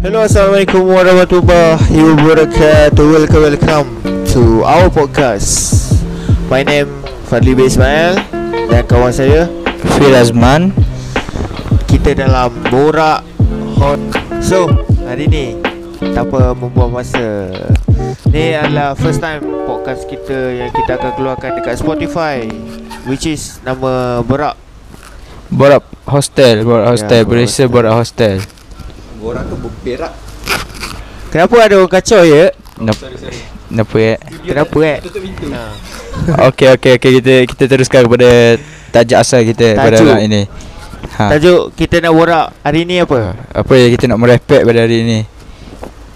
Hello, Assalamualaikum warahmatullahi wabarakatuh. Welcome, welcome to our podcast. My name Fadli B. Ismail dan kawan saya Fir Azman kita dalam Borak Hot. So, hari ni tanpa membuang masa. Ni adalah first time podcast kita yang kita akan keluarkan dekat Spotify which is nama Borak. Borak hostel Borak hostel Ya, ya, Borak Berisa Borak hostel Borak ke berak Kenapa ada orang kacau ya? Nap- Kenapa ya Kenapa eh? Tutup pintu Okey okey okey kita kita teruskan kepada Tajuk asal kita pada Tajuk. hari ini ha. Tajuk kita nak borak hari ni apa? Apa yang kita nak merepek pada hari ini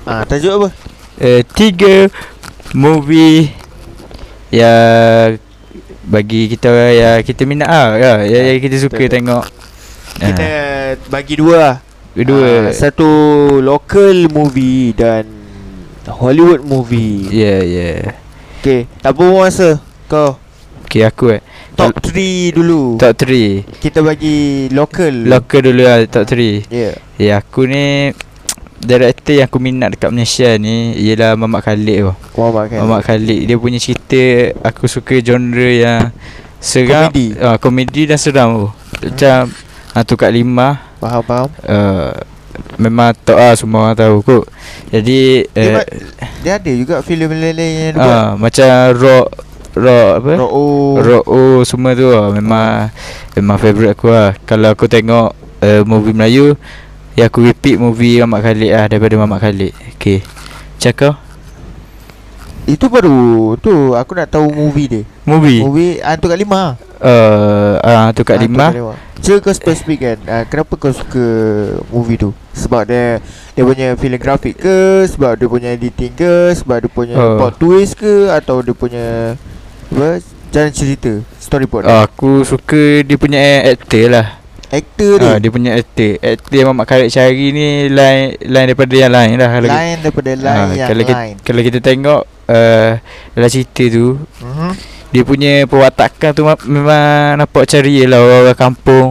Ah, tajuk apa? uh, Tiga Movie Yang Bagi kita Yang kita minat lah ya, Yang, yang kita suka Betul. tengok Kita ha. bagi dua lah. Kedua Ah, satu local movie dan Hollywood movie. Ya ya Okay, tak apa masa kau. Okey aku eh Top 3 dulu. Top 3 Kita bagi local. Locker dulu lah top 3 Yeah. Ya aku ni Director yang aku minat dekat Malaysia ni Ialah Mamat Khalid tu Muhammad kan. Mamat Khalid Dia punya cerita Aku suka genre yang Seram Komedi. Hmm. Ah, Komedi dan seram tu Macam Hantu Kak Limah Faham faham. uh, Memang tak lah semua orang tahu kot Jadi Dia, uh, buat- dia ada juga filem lain-lain yang dia buat. uh, Macam rock Rock apa? Rock O. Rock oh, semua tu lah. Memang Memang favourite aku lah Kalau aku tengok uh, Movie Melayu Ya aku repeat movie Mamat Khalid lah Daripada Mamat Khalid Okay Macam kau Itu baru tu aku nak tahu movie dia. Movie Movie Hantu Kak Lima. uh, uh, Tu Kak Hantu Lima Cik Lah. kau spesifik kan uh, Kenapa kau suka movie tu? Sebab dia Dia punya filem grafik ke Sebab dia punya editing ke Sebab dia punya Oh. plot twist ke Atau dia punya Apa Jalan cerita Storyboard uh, Aku suka Dia punya a- actor lah Actor dia uh, Dia punya actor Actor yang Mamat Khalid cari ni Lain lain daripada yang lain lah Kalau Lain daripada ah, lain yang kalau kita, lain kalau kita tengok uh, Dalam cerita tu Mhm. Dia punya perwatakan tu ma- Memang nampak macam real lah Orang-orang kampung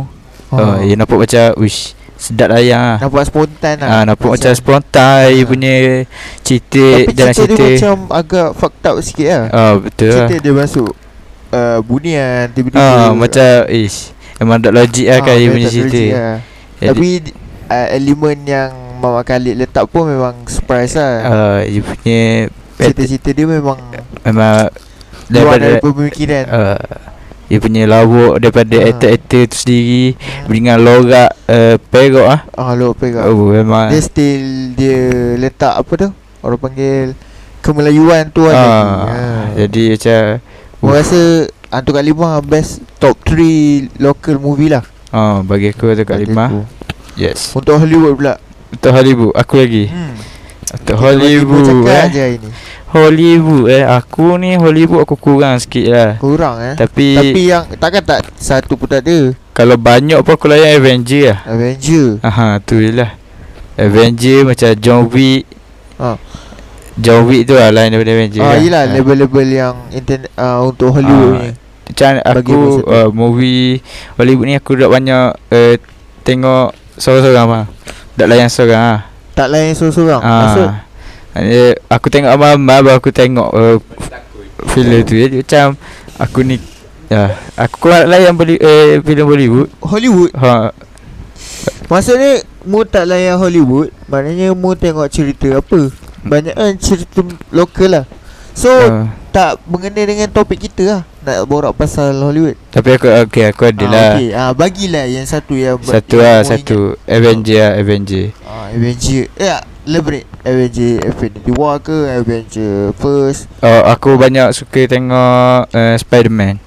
Ah. Oh, ya nampak macam wish sedap layang ah. Nampak spontan lah Ah, nampak macam Ah. spontan dia punya cerita Tapi jalan cerita cerita. dia macam agak fucked up sikit lah Ah, betul lah. Cerita dia masuk uh, Bunian Tiba-tiba Ah, macam ish memang tak logik lah kan dia Ah, memang punya tak cerita. logik lah. Jadi- Tapi uh, elemen yang Mama Khalid letak pun memang surprise lah. Ah, dia punya Cerita-cerita dia memang memang luar dari daripada pemikiran. ah, dia punya lawak daripada Ah. aktor-aktor tu sendiri Hmm. dengan lorak uh, perok ah. Ah, lo pegang. Oh, memang Dia still dia letak apa tu? Orang panggil kemelayuan tu ada. ya. ah, jadi macam Gua rasa Hantu Kak Lima best top 3 local movie lah ah, bagi aku tu kat bagi lima. aku. Yes. Untuk Hollywood pula Untuk Hollywood aku lagi. hmm. Untuk Hollywood Cakap eh. je hari ni Hollywood eh Aku ni Hollywood aku kurang sikit lah Kurang eh Tapi, Tapi yang takkan tak satu pun tak ada Kalau banyak pun aku layan Avenger lah Avenger Aha tu je lah Avenger macam John Wick Ah. John Wick tu lah lain daripada Avenger Ah, yelah Ah. label-label yang internet uh, untuk Hollywood Ah, ni. Macam bagi aku masa tu. uh, movie Hollywood ni aku dah banyak uh, Tengok Seorang-seorang lah Tak layan seorang lah Tak lain seorang-seorang. Ah. Maksud Maknanya, Aku tengok abang-abang Baru aku tengok uh, Filem tu Jadi macam Aku ni Ya, aku kurang layan beli, eh, filem Bollywood. Hollywood. Ha, Maksudnya mu tak layan Hollywood, maknanya mu tengok cerita apa? Banyak kan cerita lokal lah. So Hmm. ah. tak mengena dengan topik kita lah Nak borak pasal Hollywood Tapi aku okay, aku ada lah. ah, okay. ah, Bagilah yang satu yang ber- Satu yang lah, mu satu Avenger lah, Avenger ingat. ah, Avenger Ya Elaborate Avenger Infinity War ke Avenger First oh, Aku banyak suka tengok uh, Spider-Man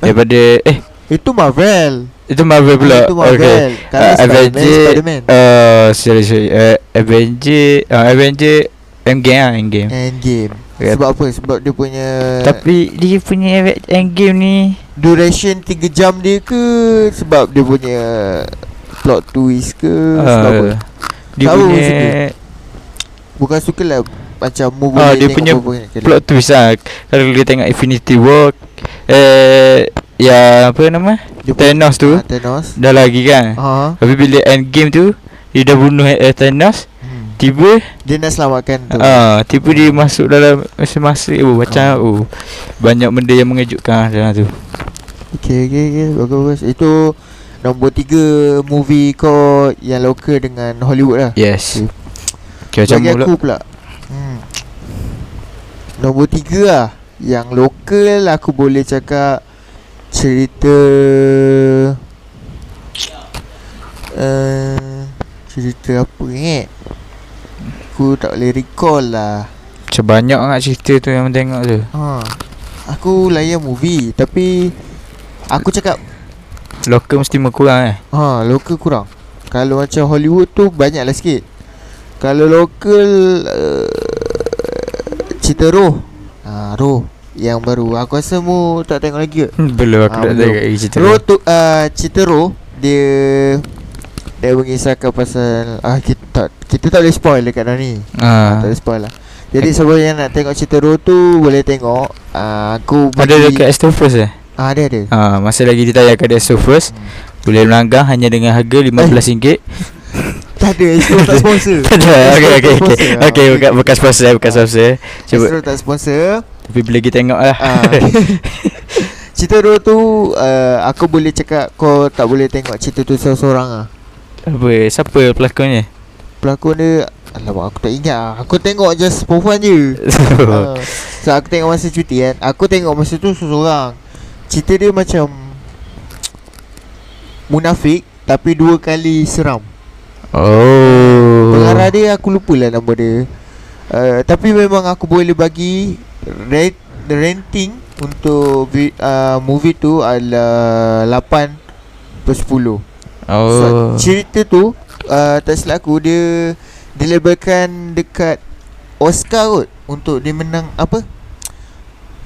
Daripada, eh, Itu Marvel itu Marvel Ah, pula Itu Okay Marvel okay. Kalau Ah, Spider-Man Avenger, Spider-Man Uh, sorry, sorry uh, Avenger uh, Avenger Endgame lah, Endgame Endgame Ya. Sebab apa? Sebab dia punya Tapi dia punya Ave- Endgame ni Duration 3 jam dia ke Sebab dia punya Plot twist ke uh, Sebab apa? uh, Dia Tahu punya sikit. Bukan suka lah Macam mu boleh Ah, dia tengok punya mu boleh tengok. plot twist lah Kalau kita tengok Infinity War Eh, ya apa nama dia Thanos tu ah, Thanos Dah lagi kan Ha Tapi bila end game tu Dia dah bunuh eh, Thanos hmm. Tiba Dia nak selamatkan tu Ah, tiba dia masuk dalam masa-masa oh, macam Ah. oh banyak benda yang mengejutkan dalam tu. Okay okay okay Bagus bagus Itu Nombor tiga Movie kau Yang local dengan Hollywood lah Yes. Okay. Okay, macam Bagi mula. aku pula hmm. Nombor tiga lah Yang lokal lah aku boleh cakap Cerita uh, Cerita apa ni Aku tak boleh recall lah Macam banyak sangat cerita tu yang tengok tu. ha. Aku layan movie Tapi Aku cakap Lokal mesti berkurang eh. Ha, lokal kurang. Kalau macam Hollywood tu banyaklah sikit. Kalau lokal uh, cerita roh. Ha, roh yang baru. Aku rasa mu tak tengok lagi ke? Hmm, Belum Ah, aku tak belum. tahu kat cerita. Roh tu uh, cerita roh dia dia mengisahkan pasal ah kita tak, kita tak boleh spoil dekat dalam ni. Ah. Tak boleh spoil lah. Jadi siapa yang nak tengok cerita roh tu boleh tengok. Ah, aku Ada dekat Astro First eh? Ah, ada ada. Ha, masa lagi ditayang kat Astro First Boleh melanggar hanya dengan harga RM15 Eh. Tak ada, Astro tak sponsor. Tak ada, Astro tak okay, okay, okay sponsor. Ah, Okay, bukan, bukan sponsor, eh, bukan Ah. sponsor Cuba, Astro tak sponsor. tapi boleh kita tengok lah Ah. cerita dua tu uh, aku boleh cakap kau tak boleh tengok cerita tu seorang-seorang ah. Apa, siapa pelakonnya? Pelakon dia Alamak aku tak ingat ah. Aku tengok just perempuan je uh, So aku tengok masa cuti kan Aku tengok masa tu seorang Cerita dia macam Munafik Tapi dua kali seram Oh Pengarah dia aku lupalah nama dia uh, Tapi memang aku boleh bagi rate, Rating untuk vi, uh, movie tu adalah 8 per 10 so, Oh Cerita tu uh, tak silap aku dia Dilabelkan dekat Oscar kot Untuk dia menang apa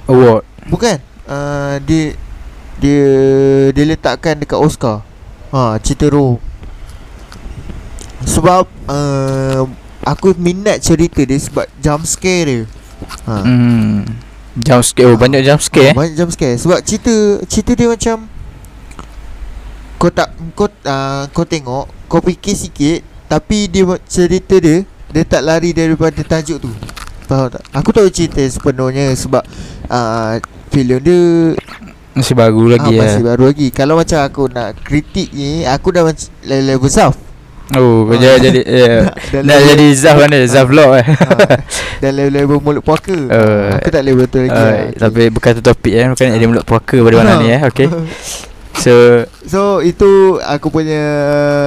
Oh, Award Bukan uh, Dia Dia Dia letakkan dekat Oscar Ha cerita Roh Sebab uh, Aku minat cerita dia sebab jump scare dia Ha Hmm Jump scare, oh banyak jump okay. scare eh Banyak jump scare sebab cerita Cerita dia macam Kau tak Kau uh, Kau tengok Kau fikir sikit Tapi dia ma- cerita dia Dia tak lari daripada tajuk tu Faham tak? Aku tahu cerita sepenuhnya sebab uh, Filem dia Masih baru ah, lagi lah Masih baru lagi Kalau macam aku nak kritik ni Aku dah macam level Zaf Oh, Ah. kau jangan jadi eh, Dah Nak level- jadi Zaf mana, Zaf vlog eh ha, Dah level-level mulut puaka Eh, Ah. Aku tak level betul lagi Ah. Ah, lah. Tapi bukan tu topik eh Bukan nak jadi mulut puaka pada mana ni eh Okay So So itu aku punya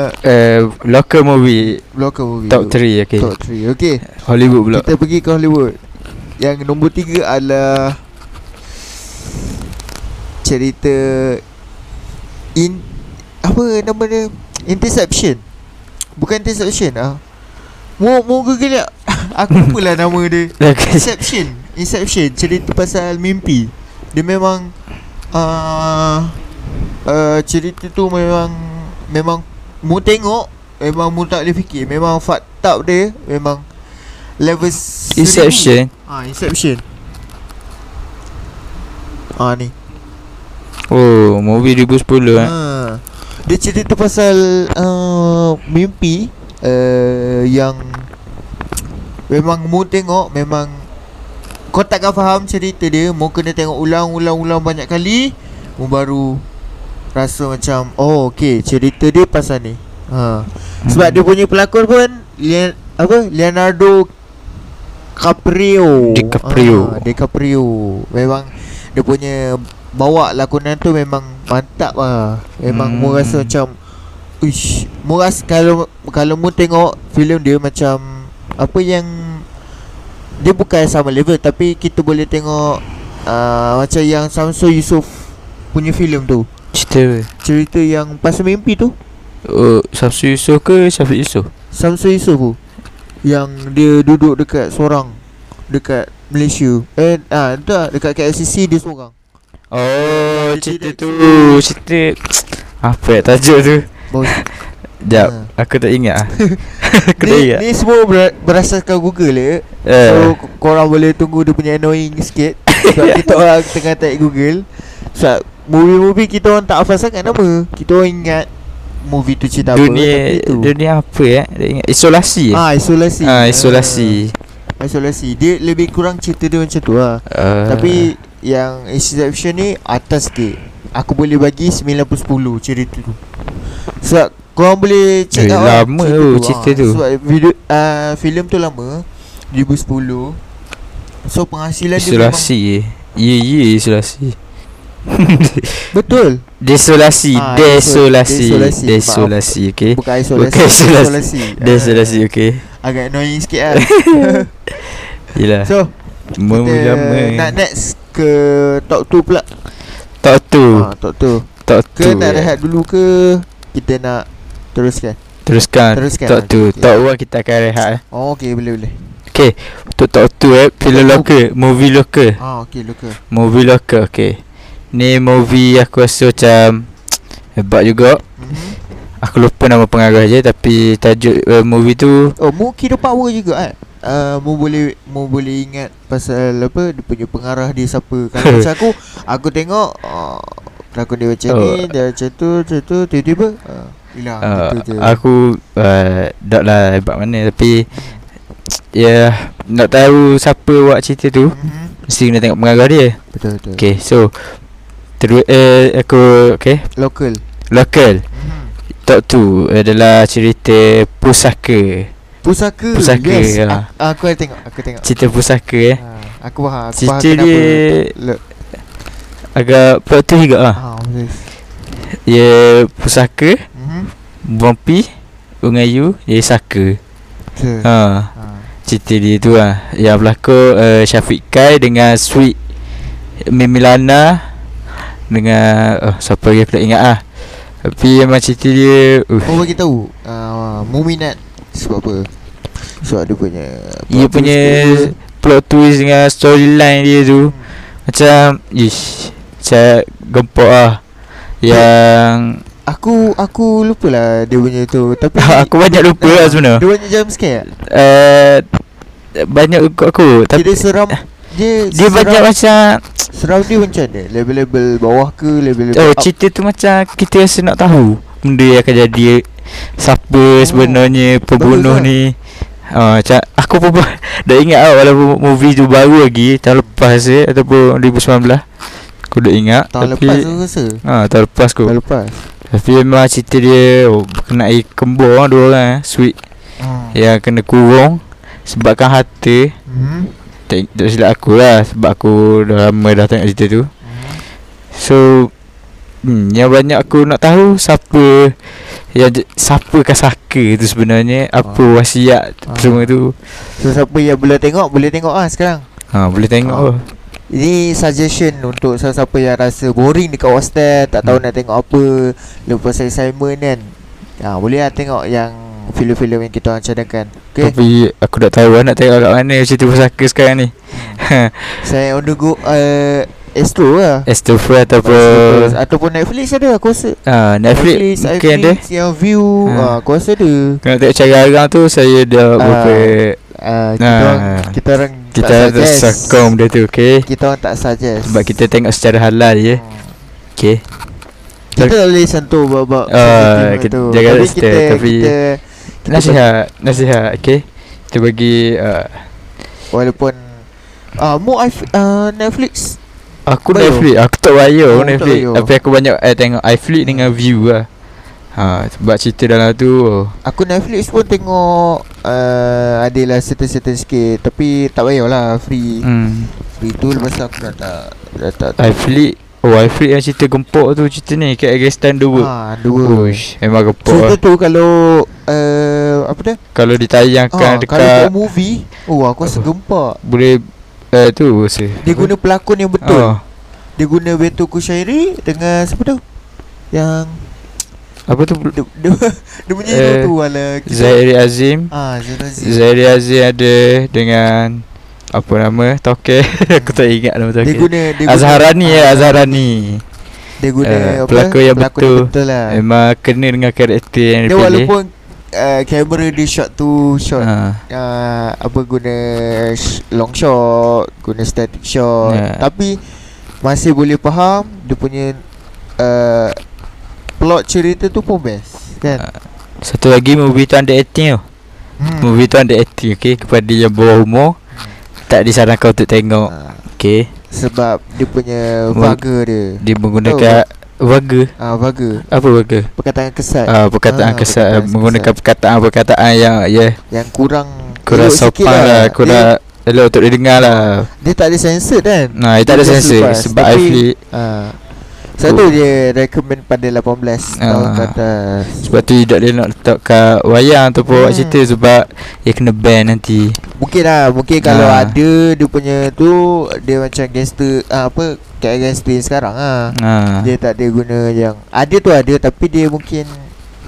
uh, local movie Local movie top tu. 3 okay. Top 3 Okay Hollywood pula. Kita pergi ke Hollywood Yang nombor 3 adalah Cerita In Apa nama dia Interception Bukan Interception ah. Mu mu google tak? Aku lupalah nama dia Okay. Inception Inception Cerita pasal mimpi Dia memang uh, uh, Cerita tu memang Memang Mu tengok Memang mu tak boleh fikir Memang fucked up dia Memang Level seribu. Inception. Ah, Inception Ah ni Oh, movie 2010 eh. ha. Dia cerita pasal uh, Mimpi uh, Yang Memang mu tengok Memang Kau takkan faham cerita dia Mu kena tengok ulang-ulang-ulang banyak kali Mu baru Rasa macam Oh okay Cerita dia pasal ni ha. Sebab dia punya pelakon pun Leon, Apa Leonardo Caprio ha, DiCaprio. DiCaprio Memang Dia punya Bawa lakonan tu memang Mantap lah Memang hmm. mu Hmm. rasa macam Uish Mu rasa kalau Kalau mu tengok filem dia macam Apa yang Dia bukan sama level Tapi kita boleh tengok uh, Macam yang Samsul Yusof Punya filem tu Cerita apa? Cerita yang pasal mimpi tu Oh, Samsu Yusof ke Syafiq Yusof? Samsul Yusof tu Yang dia duduk dekat seorang Dekat Malaysia Eh ah, tu lah Dekat KLCC dia seorang Oh, cerita tu. cerita tu, cerita apa ya tajuk tu? Bos. Jap, aku tak ingat ah. aku tak ni, ingat. ni semua ber- berasaskan Google ya Eh. So k- korang boleh tunggu dia punya annoying sikit Sebab kita orang tengah type Google Sebab movie-movie kita orang tak hafal sangat nama Kita orang ingat movie tu cerita dunia apa tapi tu. dunia apa eh? Dia ingat Isolasi. eh? Ah, isolasi. Ah, isolasi. Ah, isolasi. Dia lebih kurang cerita dia macam tu lah. Uh, Tapi yang Inception ni atas sikit Aku boleh bagi 9 per 10 cerita tu Sebab korang boleh check Eh, out lah lama tu cerita ah. tu. Sebab video, uh, filem tu lama 2010 So penghasilan dia isolasi. Ya, ya isolasi. memang Betul Desolasi, Ah, desol- desolasi, desolasi. Eh. desolasi, okey. Bukan isolasi Eh, Bukan isolasi. Ah, Desolasi, okey. Agak annoying sikit lah Yalah. So Cuma kita nak lama. next ke top 2 pula Tak tu, ha, Top 2 tak tu. Ke nak eh. rehat dulu ke Kita nak teruskan Teruskan. Teruskan, Tak okey, tu, okey. tak one kita akan rehat. eh. Oh okay boleh boleh Okey, untuk tak tu eh, filem lokal, movie lokal. Ah okay local Movie lokal, okey. Ni movie aku rasa macam hebat juga. mm-hmm. Aku lupa nama pengarah je tapi tajuk uh, movie tu Oh, mu kira power juga kan? Uh, mu boleh mu boleh ingat pasal apa dia punya pengarah dia siapa. Kalau macam aku, aku tengok uh, pelakon dia macam oh. Oh. ni, dia macam tu, macam tu, tiba-tiba uh, hilang uh, gitu je. aku uh, tak lah hebat mana tapi ya yeah, nak tahu siapa buat cerita tu Mhm. mesti kena tengok pengarah dia. Betul betul. Okey, so terus eh, aku okey, Local. lokal. Mhm. Top tu adalah cerita pusaka. Pusaka. Pusaka, Yes. ya. A- aku ada tengok, aku tengok. Cerita pusaka eh. Ha, aku faham, aku faham Cerita dia Look. agak plot tu juga lah. Ah, yes. Dia pusaka, Mhm. buampi, ungayu, dia saka. Betul. Ha. Ha. cerita dia tu lah Yang berlakon uh, Syafiq Kai dengan Sweet Mimilana Dengan oh, Siapa lagi aku tak ingat lah Tapi memang cerita dia uh, Kau bagi tahu, uh, mu minat sebab apa? Sebab dia punya Dia plot punya twist dia. plot twist dengan storyline dia tu Hmm. Macam Ish Macam gempok lah Yang Aku aku lupa lah dia punya tu tapi Aku banyak lupa Ah, lah Dia sebenarnya banyak jump scare. uh, Banyak ikut aku Tapi Tapi dia seram dia Dia seram, banyak lah. macam seram dia macam mana? Level-level bawah ke level-level Oh, up? cerita tu macam kita rasa nak tahu benda yang akan jadi siapa oh. sebenarnya pembunuh Bagus, ni. Ah, macam aku pun ba- dah ingat lah walaupun movie tu baru lagi tahun lepas je ataupun 2019. Aku dah ingat Tahun tapi lepas tu rasa. Ah, tahun lepas aku. Tahun lepas. Tapi memang cerita dia oh, berkenai kembar orang dua orang eh, sweet Hmm. yang kena kurung sebabkan harta. Mhm. Tak, tak silap aku lah sebab aku dah lama dah tengok cerita tu. Mhm. So hmm, Yang banyak aku nak tahu Siapa Yang Siapa kasaka tu sebenarnya Apa Ah. wasiat Ah. Semua tu So siapa yang boleh tengok boleh tengok ah sekarang. ha, Boleh tengok Ah. oh. Ini suggestion untuk siapa-siapa yang rasa boring dekat hostel, tak tahu Hmm. nak tengok apa, lepas assignment kan. Ah boleh lah tengok yang filem-filem yang kita orang cadangkan. Okay Tapi Aku tak tahu lah Nak tengok kat mana Cerita pusaka sekarang ni Saya on the go uh, Astro lah Eh, Estofra Astro Plus. ataupun Ataupun Netflix ada aku rasa ha, Netflix Mungkin ada Netflix yang view Ha. ha. Aku rasa ada Kalau tengok cara orang tu Saya Ah, dah berapa uh, kita, Ha. orang, kita orang Kita ada sokong dia tu okay? Kita orang tak suggest Sebab kita tengok secara halal ya. je Hmm. okay? Kita tak boleh sentuh bab-bab sensitif Ah, kita tu. jaga Tapi register, kita, tapi- kita Nasihat Nasihat okay? Kita bagi uh, Walaupun Ah, mu I f- ah, Netflix Aku Bio. Netflix Aku tak bayar Oh, oh, tak Netflix bayar. Tapi aku banyak eh, tengok iFlix dengan View lah ha, Sebab cerita dalam tu oh. Aku Netflix pun tengok uh, Adalah certain-certain sikit Tapi tak payah lah Free hmm. Free tu lepas tu aku dah tak Dah tak iFlix Oh iFlix yang cerita gempok tu Cerita ni Kat Agistan 2 ha, Ah, dua. Uish, Memang gempok Cerita lah. tu kalau uh, apa dia? Kalau ditayangkan Ah, kalau dekat tengok movie, oh aku rasa gempak. Boleh eh, Tu rasa Dia guna pelakon yang oh, betul. Dia guna Beto Kushairi dengan siapa tu? Yang Apa tu dia, dia, dia punya Eh, hero tu ala kita- Zahiri Azim Ah, Zairi. Zahiri Azim ada Dengan Apa nama Toke Aku tak ingat nama Dia Toke guna dia guna- Azharani ah, ya Azharani Dia guna Eh, apa? pelakon yang betul. betul lah. Eh, Memang kena dengan karakter yang Dia dipilih walaupun uh, kamera dia shot tu shot ha. uh, apa guna sh- long shot, guna static shot. Ya. Tapi masih boleh faham dia punya uh, plot eh, cerita tu pun best. Kan Ha. Satu lagi movie tu under 18 tu hmm. Movie tu under 18 okay Kepada yang bawah umur Tak disarankan untuk tengok Ah, Okay Sebab dia punya Mu- Vaga dia Dia menggunakan Waga Ah Vaga Apa waga? Perkataan kesat Uh, Eh. Ah, perkataan kesat perkataan ah, Menggunakan perkataan-perkataan yang ya yeah, Yang kurang Kurang elok sikit sopan lah dia, Kurang Elok untuk didengar lah dia tak ada censored kan Nah itu Dia ada just sensor lepas. Sebab I Tapi, feel ah, Satu dia recommend pada 18 tahun Ah. ke atas Sebab tu tidak dia nak letak kat wayang ataupun Hmm. buat cerita sebab dia kena ban nanti. Mungkin lah Mungkin kalau Ah. ada Dia punya tu Dia macam gangster ah, Apa Kayak gangster sekarang ah. Ha. Dia tak ada guna yang Ada tu ada Tapi dia mungkin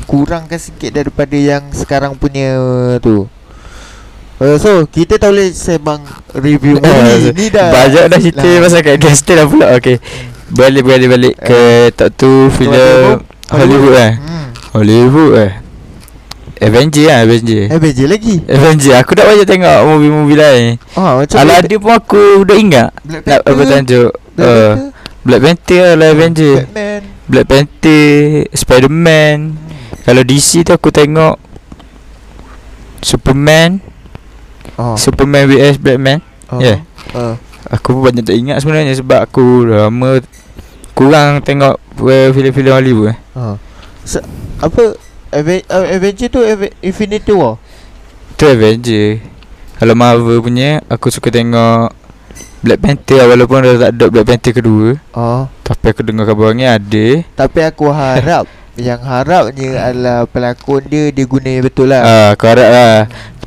Kurangkan sikit daripada yang Sekarang punya tu uh, So Kita tak boleh sembang Review movie Ni Eh, dah Banyak dah cerita lah. pasal kat gangster dah pula. Okey. Balik balik balik Eh. ke tak tu filem Hollywood eh. hmm. Hollywood eh. Avenger lah Avenger. Eh beje lagi Avenger aku tak banyak tengok movie-movie lain. Oh macam Kalau Black- ada pun aku dah ingat. Black Nak Panther, apa tajuk? Black Eh, Panther, Black Panther lah Avenger. Batman Black Panther, Spider-Man. Kalau DC tu aku tengok Superman, Ah, Oh, Superman vs Batman. oh, yeah. oh. ah, Aku pun banyak tak ingat sebenarnya sebab aku lama kurang tengok uh, filem-filem Hollywood. eh. Oh. So, apa Aven- uh, Avenger tu Ave- Infinity War. Tu Avenger. Kalau Marvel punya aku suka tengok Black Panther lah, walaupun dah tak ada Black Panther kedua Oh. Tapi aku dengar kabarnya ada Tapi aku harap yang harapnya adalah pelakon dia dia guna yang betul lah. Ah, Aku harap lah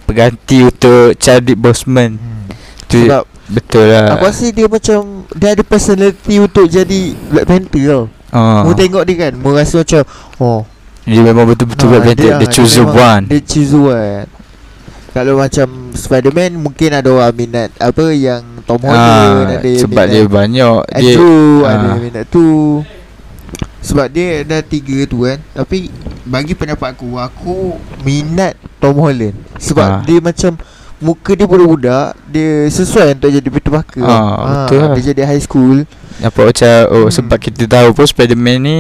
Pengganti untuk Chadwick Boseman Hmm. tu, Sebab Betul lah aku rasa dia macam dia ada personality untuk jadi Black Panther tau. Ah. Mu tengok dia kan, mu rasa macam oh, Dia memang betul-betul ah, Black Panther lah, Dia choose memang- one Dia choose one. Kalau macam Spider-Man mungkin ada orang minat apa yang Tom Holland Ah, ada yang Sebab minat. dia banyak Dia, Dia True ah. Ada minat tu Sebab dia ada tiga tu kan Tapi Bagi pendapat aku Aku Minat Tom Holland Sebab Ah. dia macam Muka dia budak-budak Dia sesuai untuk jadi Peter Parker Ah, betul lah. Dia jadi high school Nampak macam oh, Hmm. Sebab kita tahu pun Spiderman ni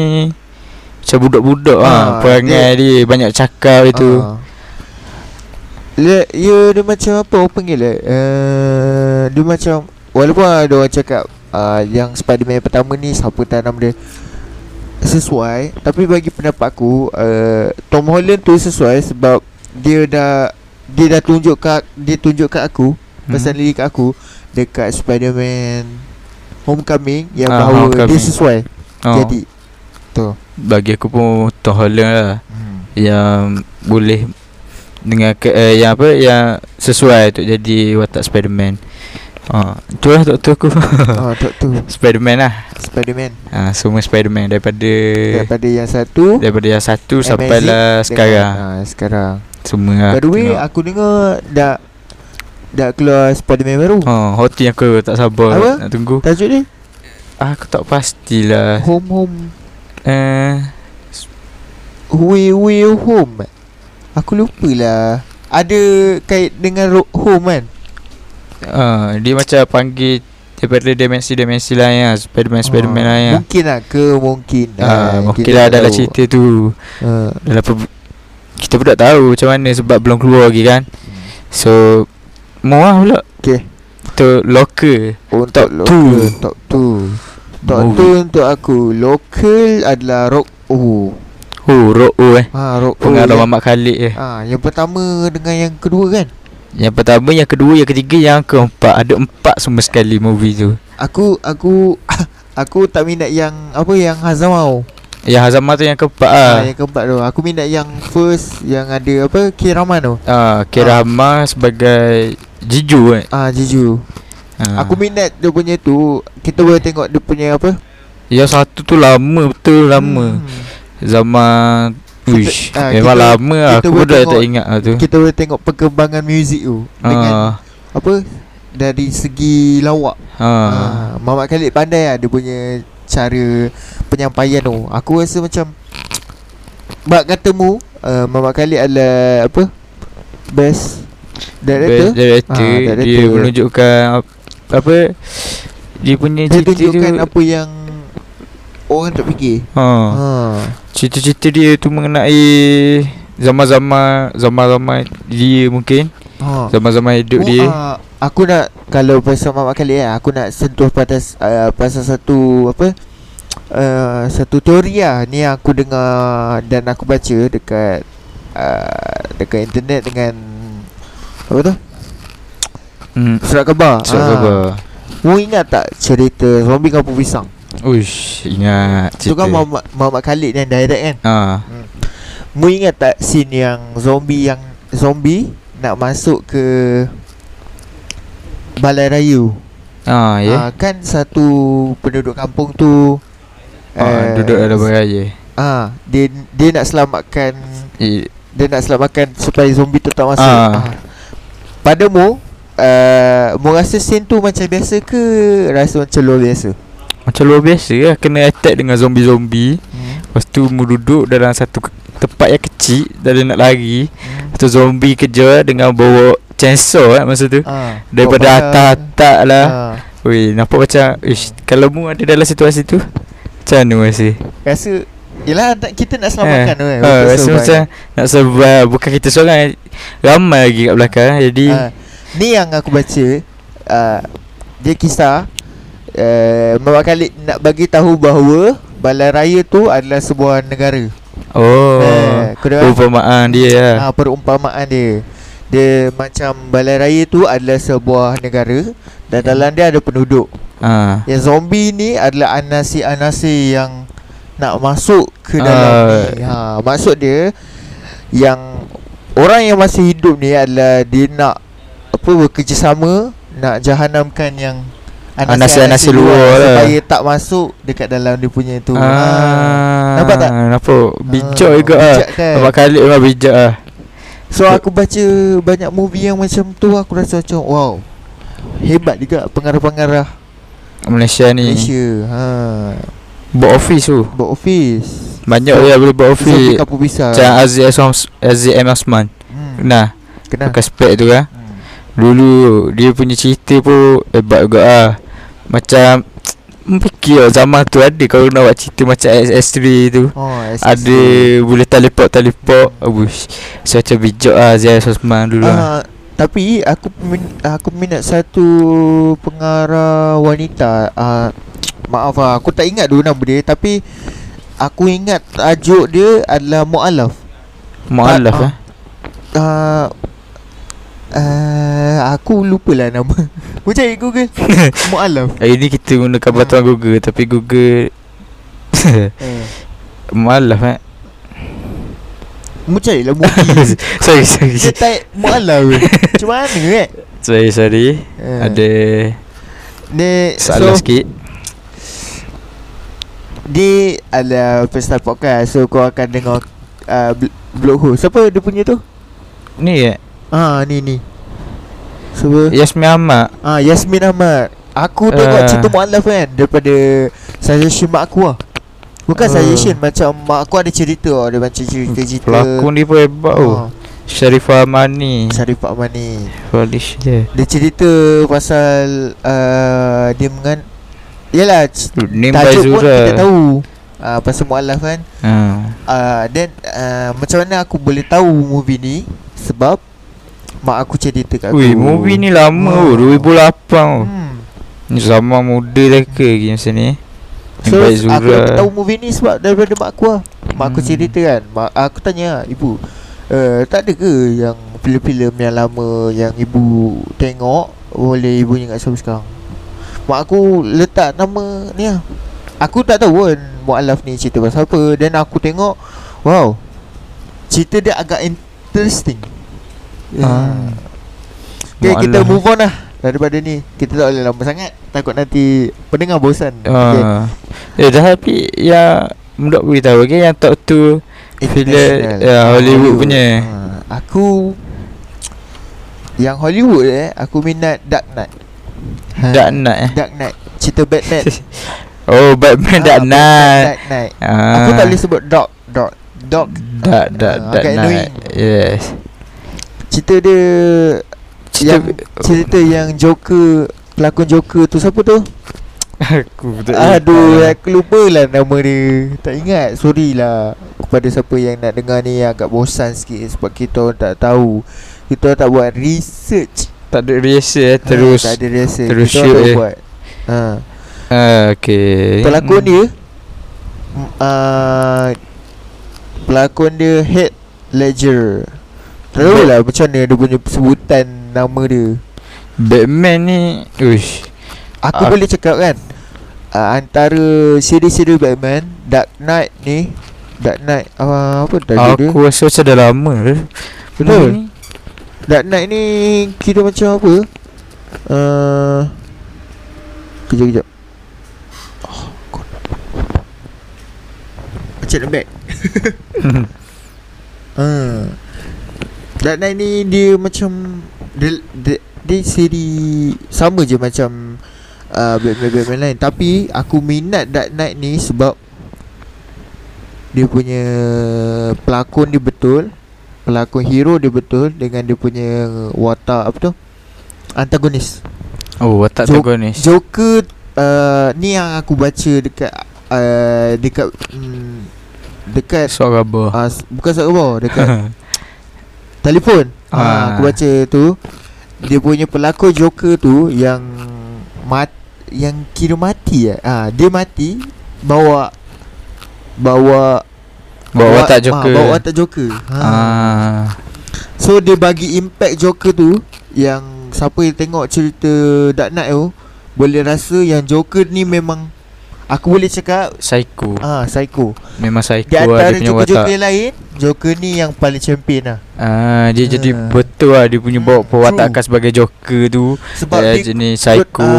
Macam budak-budak Ah, ha, Perangai dia, Banyak cakap itu Ah. Dia, ya, dia, dia macam apa orang panggil eh? Uh, dia macam Walaupun ada orang cakap uh, Yang Spiderman pertama ni Siapa tanam dia Sesuai Tapi bagi pendapat aku uh, Tom Holland tu sesuai sebab Dia dah Dia dah tunjuk kat Dia tunjuk kat aku Mhm. hmm. Pasal diri kat aku Dekat Spiderman Homecoming Yang Ah, bahawa dia Homecoming. sesuai oh, Jadi Tu Bagi aku pun Tom Holland lah hmm. Yang boleh dengan ke, eh, yang apa yang sesuai untuk jadi watak Spiderman. Ha, itulah tok tu aku. ah, tu, tu Spiderman lah. Spiderman Ha, semua Spiderman daripada Daripada yang satu daripada yang satu Amazing sampai lah sekarang. dengan, ha, Sekarang Semua lah By the way tengok. aku dengar Dah Dah keluar Spiderman baru Ha, hoti aku tak sabar Apa? nak tunggu. Ah, Tajuk ni Aku tak pastilah. Home Home Eh, Way Way Home Aku lupa lah Ada kait dengan ro- home kan uh, dia macam panggil daripada dimensi-dimensi lain lah. Spiderman Spiderman Ah, lain lah. Mungkin lah Kemungkinan Ha, Kita mungkin lah tak dalam tahu. cerita tu. Ah, Dalam per- Kita pun tak tahu macam mana sebab belum keluar lagi kan Hmm. So Murah pula Okay Untuk local Untuk Oh, Top local two. Top 2 Top Movie. 2 untuk aku Local adalah Rock Oh Oh rock oh eh Ha Rock O Pengaruh yang- Mamat Khalid eh Ah, yang pertama dengan yang kedua kan? Yang pertama, yang kedua, yang ketiga, yang keempat Ada empat semua sekali movie tu Aku aku aku tak minat yang apa yang Hazamau. Yang Hazamah tu yang keempat Uh. lah Ah, yang keempat tu. Aku minat yang first yang ada apa Kiraman tu. ah, Kira Hazamah sebagai Jiju eh Ah, Jeju. ah. Aku minat dia punya tu. Kita boleh tengok dia punya apa? Yang satu tu lama, betul lama Zaman Uish, Hmm. ah, memang kita- lama lah. kita Aku boleh pun dah tengok- tak ingat lah tu Hmm. Kita boleh tengok perkembangan muzik tu dengan ah, apa? Dari segi lawak. ah. Ah, Mamat Khalid pandai lah dia punya cara penyampaian tu. Aku rasa macam bak katamu uh, Mamat Khalid adalah apa? Best Director, director. director, Ah, director. dia menunjukkan ap- apa dia punya Dia cerita tu. tunjukkan apa yang orang tak fikir. Ha. Ha. Cerita-cerita dia tu mengenai Zaman-zaman Zaman-zaman dia mungkin Ha. Zaman-zaman Oh, hidup dia ah, aku nak kalau pasal Mak Mak Khalid eh, aku nak sentuh pada uh, pasal satu apa uh, satu teori lah ni yang aku dengar dan aku baca dekat uh, dekat internet dengan apa tu hmm. surat khabar. Surat Ah. khabar Mu ingat tak cerita zombie kampung pisang? Uish Ingat Cerita. Tu kan Mak Mak- Mak Mak Khalid yang direct kan. ha. Mu ingat tak scene yang zombie yang zombie nak masuk ke balai raya? Ha, ya. Ah, kan satu penduduk kampung tu eh, Ha, duduk dalam beraya. Ah, dia dia nak selamatkan Eh, dia nak selamatkan supaya zombie tu tak masuk. Ah. Ah. Pada mu uh, mu rasa scene tu macam biasa ke rasa macam luar biasa? macam luar biasa lah Kena attack dengan zombie-zombie Lepas tu mu duduk dalam satu ke- tempat yang kecil Dan dia nak lari Lepas tu zombie kejar dengan bawa chainsaw lah masa tu Ah, Daripada buat pasal- atas-atas lah Ah. Weh nampak macam Ish kalau mu ada dalam situasi tu Macam mana rasa Rasa Yelah tak- kita nak selamatkan tu kan? eh, ha, Rasa macam Nak survive Bukan kita seorang Ramai lagi kat belakang Jadi Ah, Ni yang aku baca uh, Dia kisah uh, Mama Khalid nak bagi tahu bahawa Balai Raya tu adalah sebuah negara Oh Eh, kau dah- Perumpamaan dia lah ha, Perumpamaan dia Dia macam Balai Raya tu adalah sebuah negara Dan dalam dia ada penduduk ha. Yang zombie ni adalah anasi-anasi yang Nak masuk ke dalam Ah. ni ha, Maksud dia Yang Orang yang masih hidup ni adalah Dia nak Apa bekerjasama Nak jahanamkan yang Anasi-anasi luar lah. Supaya tak masuk Dekat dalam dia punya tu ha. Ah, Nampak tak? Nampak Bijak Ah, juga lah bijak kan? Abang Khalid memang bijak lah So aku baca banyak movie yang macam tu Aku rasa macam wow Hebat juga pengarah-pengarah Malaysia ni Malaysia ha. Buat office tu Buat office Banyak dia boleh buat Zombie office kapur pisang Macam Aziz As- Aziz M. Osman hmm. Nah Kena Pakai spek tu lah hmm. Dulu Dia punya cerita pun Hebat juga lah Macam Fikir lah zaman tu ada Kalau nak buat cerita macam XS3 tu Oh, Ada Boleh teleport-teleport Abush Saya macam bijak lah Zia Sosman dulu Uh, lah tapi aku pemin, aku minat satu pengarah wanita. Uh, maaf lah, aku tak ingat dulu nama dia tapi aku ingat tajuk dia adalah Mualaf. Mu'alaf ah. lah Uh, uh, aku lupalah nama. Kau cari Google. Mualaf. Hari ni kita gunakan bantuan Google Tapi Google Eh. Mu'alaf eh Mu carilah movie. Sorry lah, sorry Dia type Mualaf. ke? Macam mana eh? Sorry sorry Eh. Ada Dia Salah so, sikit Dia adalah Pesta podcast So kau akan dengar uh, bl- Blog host Siapa dia punya tu? Ni eh Ah ni ni Ya. Siapa? Yeah. Yasmin Ahmad Ah Yasmin Ahmad Aku tengok Ah. cerita Mu'alaf kan Daripada Suggestion mak aku lah Bukan Ah. suggestion Macam mak aku ada cerita lah. Dia macam cerita-cerita Pelakon dia pun hebat tu oh. Syarifah Amani Sarifah Mani Polish je Dia cerita pasal uh, Dia mengan Yelah c- Name by Tajuk pun Zura kita tahu uh, Pasal Mu'alaf kan ha. Ah, Then uh, Macam mana aku boleh tahu movie ni Sebab Mak aku cerita kat aku Ui, movie ni lama Oh. oh. 2008 oh. hmm. Ni Zaman muda dah ke lagi masa ni Name So by aku Zura dapat tahu movie ni sebab daripada mak aku lah Mak aku Hmm. cerita kan mak, Aku tanya ibu uh, Tak ada ke yang filem-filem yang lama Yang ibu tengok Boleh ibu ingat sampai sekarang Mak aku letak nama ni lah Aku tak tahu pun Mu'alaf ni cerita pasal apa Then aku tengok Wow Cerita dia agak interesting Ya. Ah. Okay Mu'alaf. kita move on lah Daripada ni Kita tak boleh lama sangat Takut nanti Pendengar bosan Ah. Eh dah tapi yang Mendok beritahu lagi yang top tu International. Filem, ya, Hollywood punya. ha, Aku Yang Hollywood eh Aku minat Dark Knight ha, Dark Knight eh Dark Knight Cerita Batman Oh Batman Dark Batman, Knight Dark Knight ah. Aku tak boleh sebut Dark Dark Dark Dark Dark Ah, Dark agak Knight annoying. Yes Cerita dia Cerita Cerita yang, Cerita yang Joker Pelakon Joker tu Siapa tu Aku betul Ah. Aduh aku lupa lah nama dia Tak ingat Sorry lah Kepada siapa yang nak dengar ni yang Agak bosan sikit Sebab kita orang tak tahu Kita orang tak buat research Tak ada rehearsal eh Terus ha, Tak ada research terus Kita orang shoot tak eh. hmm. buat ha. Ah, Okay Pelakon dia mm, ah, Pelakon dia Head Ledger Tahu lah macam mana dia punya sebutan nama dia Batman ni Uish Aku Ah. boleh cakap kan uh, Antara siri-siri Batman Dark Knight ni Dark Knight uh, Apa tajuk dia Aku rasa macam dah lama lah. Benda Betul. ni Dark Knight ni Kira macam apa uh, Kejap kejap oh, God. Macam nak back uh, Dark Knight ni Dia macam Dia, dia, dia siri Sama je macam uh, Batman-Batman lain Tapi Aku minat Dark Knight ni Sebab Dia punya Pelakon dia betul pelakon hero dia betul dengan dia punya watak apa tu antagonis Oh watak Jo- so, ni Joker uh, ni yang aku baca dekat uh, dekat mm, dekat So rubber uh, bukan seorang dekat telefon ha. Ah. aku baca tu dia punya pelakon Joker tu yang mat yang kira mati eh. ah dia mati bawa bawa Bawa watak Joker ha, bawa watak Joker ha. Ah, So dia bagi impact Joker tu Yang siapa yang tengok cerita Dark Knight tu Boleh rasa yang Joker ni memang Aku boleh cakap Psycho Ah, psycho. Memang Di psycho lah antara dia punya Joker-Joker watak yang lain, Joker ni yang paling champion lah. Ah, Dia jadi Ah. betul lah Dia punya bawa Hmm, perwatakan sebagai Joker tu Sebab Dia dia, jenis ah, Eh, psycho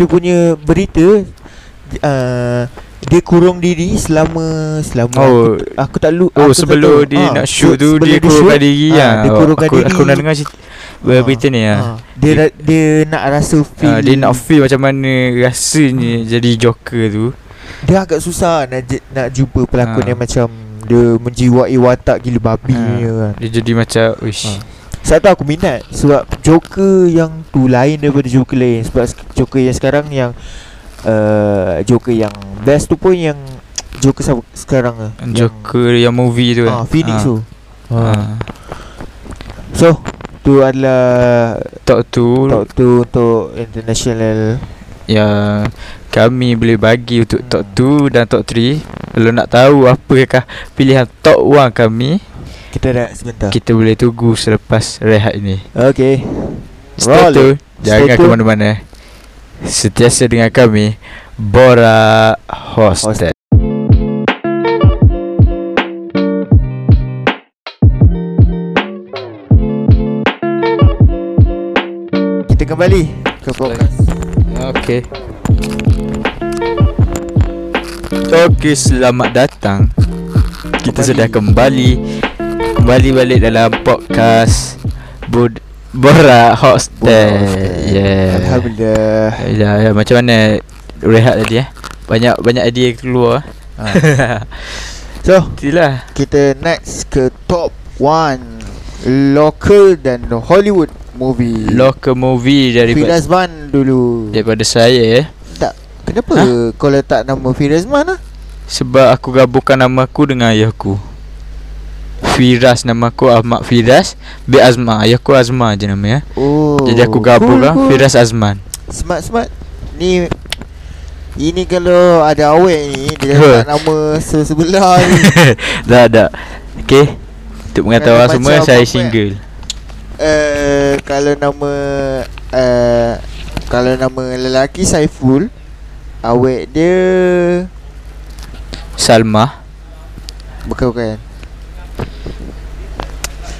dia punya berita uh, dia kurung diri selama selama Oh. aku, aku tak lu aku Oh tak sebelum tahu. dia Ah, nak shoot sebelum tu Dia kurungkan diri ah, lah dia kurungkan aku, diri. aku nak dengar cerita Ah, Berita ni lah ah. dia, ra- dia nak rasa feel Ah, dia nak feel macam mana Ah. rasanya jadi Joker tu Dia agak susah nak je, nak jumpa pelakon Ha. yang macam dia menjiwai watak gila babi ha. kan. Ha. Dia jadi macam Ah. Uish Sebab tu aku minat sebab Joker yang tu lain daripada Joker lain sebab s- Joker yang sekarang yang uh, Joker yang best tu pun yang Joker sa- sekarang lah. Joker yang movie tu yang, eh. ah, Phoenix Ah. tu. Ha. Ah. So tu adalah Talk tu talk tu untuk international yang ya, kami boleh bagi untuk Hmm. top 2 dan top 3 Kalau nak tahu apakah pilihan top 1 kami kita dah sebentar. Kita boleh tunggu selepas rehat ini Okay. Stay Roll tu it. Jangan Stay ke tune. mana-mana Sentiasa dengan kami Bora Hostel. Hostel Kita kembali ke podcast. Okey. Okey, selamat datang. Kita Kembali. sudah kembali kembali balik dalam podcast Bud Bora Hostel. Eh, Yeah. Alhamdulillah. Ya, ya, macam mana rehat tadi eh? Banyak banyak idea keluar. Ha. So, Itulah. kita next ke top 1 local dan Hollywood movie. Local movie daripada Firas Ban dulu. daripada saya eh. Kenapa Ha? kau letak nama Firas Ban lah? Sebab aku gabungkan nama aku dengan ayah aku Firas nama aku Ahmad Firas B Azma Ayah aku Azma je nama ya Oh. Jadi aku gabung cool, lah cool. Firas Azman Smart smart. Ni ini kalau ada awet ni dia letak nama sebelah ni. Dah dah Okay Untuk mengatakan orang Macam semua apa Saya eh? single Uh, kalau nama uh, kalau nama lelaki Saiful awet dia Salma bukan bukan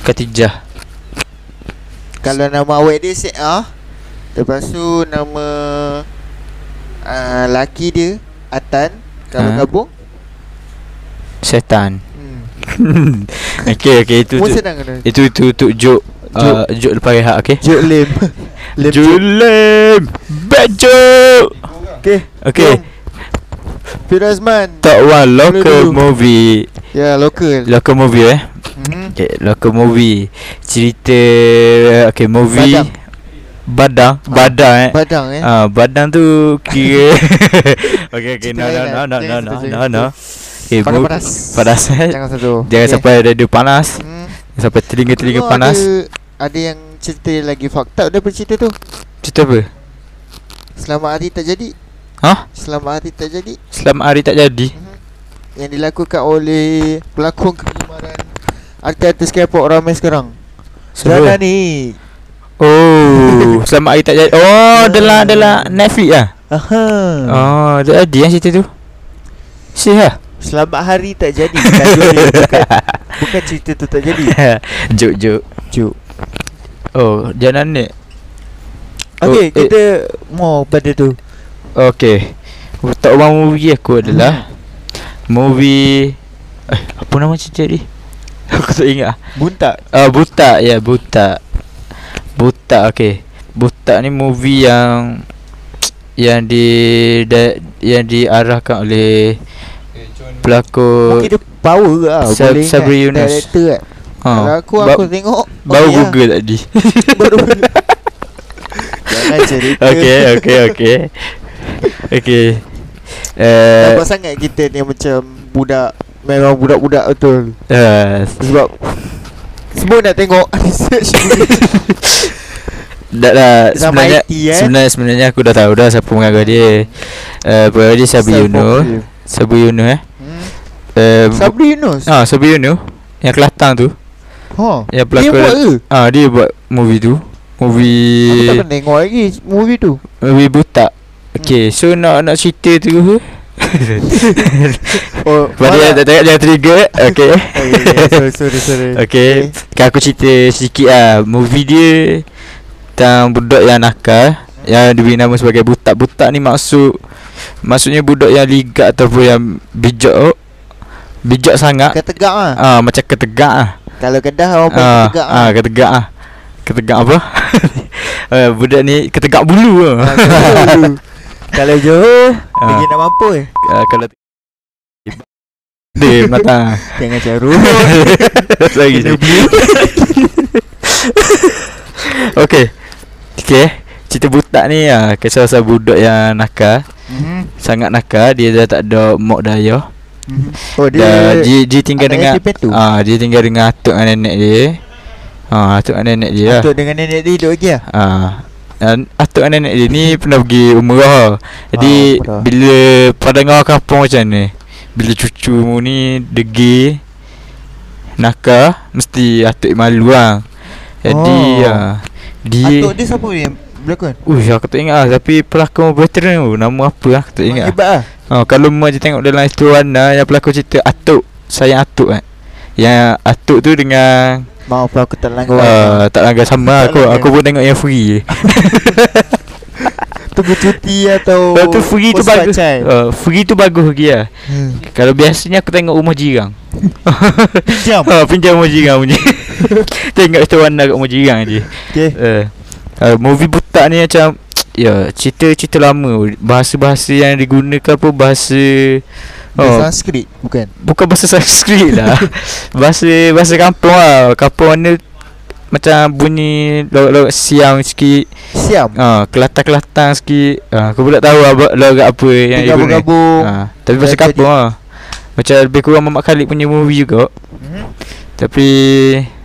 Katijah Kalau nama awet dia Sek Ah Lepas tu nama uh, Laki dia Atan Kalau Ha? gabung Setan hmm. Okay okay Itu Semua tu, Eh, senang kena Itu itu Untuk Jok uh, Jok lepas rehat okay Jok Lim Lim Jok Julim Bad Jok Okay Okay Firazman Top one Local dulu. movie Ya yeah, local Local movie eh mm-hmm. Okay, local movie Cerita Okay, movie Badam. Badam, Badang Badang eh Badang Ah. eh. Ah, badang tu kira Okay okay Cerita no no lain no lah. no no Jangan satu, no no jangan no okay, Panas bu- panas. Panas eh Jangan satu. Jangan sampai ada dia panas Hmm. Sampai telinga-telinga Kau panas Ada, ada yang cerita lagi fucked up daripada cerita tu. Cerita apa? Selamat hari tak jadi. Hah? Selamat hari tak jadi. Selamat hari tak jadi Mhm. Yang dilakukan oleh pelakon kegemaran artis-artis K-pop ramai sekarang. Zana Siapa? ni. Oh Selamat hari tak jadi Oh adalah adalah Netflix lah Aha. Oh tak jadi yang cerita tu Sih lah Selamat hari tak jadi. Tajuk dia bukan, bukan cerita tu tak jadi. Juk juk Cuk. Oh Jangan ni Okey, Oh, eh. kita mau pada tu. Okay Top one movie aku adalah Movie eh, Apa nama cerita ni? Aku tak ingat Buntak. Ah uh, Buta ya yeah, Buta Buta okay Buta ni movie yang Yang di da, Yang diarahkan oleh Pelakon Mungkin dia power ke lah. Oh. Sab- boleh Sabri ingat Yunus. Director kan. ha. Kalau aku Ba- aku tengok. Baru okey lah. Google tadi Baru Google. Jangan cerita. Okay okay okay Okay Eh Nampak sangat kita ni macam budak Memang budak-budak betul uh, Sebab Semua nak tengok Research dulu. Dah lah Zaman sebenarnya, IT, eh? sebenarnya sebenarnya aku dah tahu dah siapa mengaku dia. Eh uh, dia Sabi Sabri Yuno. Yunus. Sabi Yuno eh. Hmm. Eh bu- Sabri Yunus ah Sabi Yuno yang Kelantan tu. ha. Yang Dia pelakon buat ke? Ah dia buat movie tu. Aku tak Movie pernah Hmm. tengok lagi movie tu movie buta. Okay, so nak nak cerita tu. Oh, Pada yang tak tengok jangan trigger. Okay. Oh, yeah, yeah. Sorry, sorry, sorry. Eh, Okay. Okay, Kan aku cerita sedikit ah. Movie dia tentang budak yang nakal yang diberi nama sebagai butak. Butak ni maksud maksudnya budak yang ligak ataupun yang bijak oh. Bijak sangat. Kata gak lah Ah macam ketegak ah. Kalau Kedah orang panggil Ah, ketegak ah ketegak ah. Ketegak apa? Eh, budak ni ketegak bulu ah. Ah, ketegak dulu. Kalau Johor Ah. Lagi nak mampu eh Ah, kalau dia mata. Jangan caru Lagi Kena sorry. Okey. Okey. Cerita butak ni ah, kisah pasal budak yang nakal, Mhm, sangat nakal, dia dah tak ada mak daya. mhm. Oh Dia dia dia, dia tinggal anaknya dengan depend tu? ah dia tinggal dengan atuk dan nenek dia. Ah atuk dan nenek dia. lah. Untuk dengan nenek dia hidup lagi lah Ah dan atuk dan nenek dia ni pernah pergi umrah. Jadi Ah, umrah. bila pada ngah kampung macam ni, bila cucu mu ni degil nakal mesti atuk malu lah. Jadi Oh. ah, dia Atuk dia siapa yang berlakon? Uish aku tak ingat lah Tapi pelakon veteran tu Nama apa lah Aku tak Memang ingat lah. Hebat lah ha, Kalau mak je tengok dalam Isturana Yang pelakon cerita Atuk Sayang Atuk kan Yang Atuk tu dengan Maaf lah aku tak langgar uh, Tak langgar sama Tak lah aku langgar. Aku pun tengok yang free Tunggu cuti atau Lepas tu free tu post bagus part time. uh, Free tu bagus lagi lah Hmm. Kalau biasanya aku tengok rumah jirang Pinjam. ha, Pinjam rumah jirang punya Tengok Isturana kat rumah jirang je Okay uh, uh, movie buta ni macam ya cerita-cerita lama bahasa-bahasa yang digunakan pun bahasa oh. oh, Sanskrit bukan bukan bahasa Sanskrit lah bahasa bahasa kampung lah kampung mana macam bunyi logat-logat Siam sikit Siam ah Kelantan-Kelantan sikit ah aku pula tahu abang logat apa yang dia guna Gabung-gabung ah tapi bahasa Jadi- kampung lah macam lebih kurang Mamat Khalid punya movie juga hmm. Oh, tapi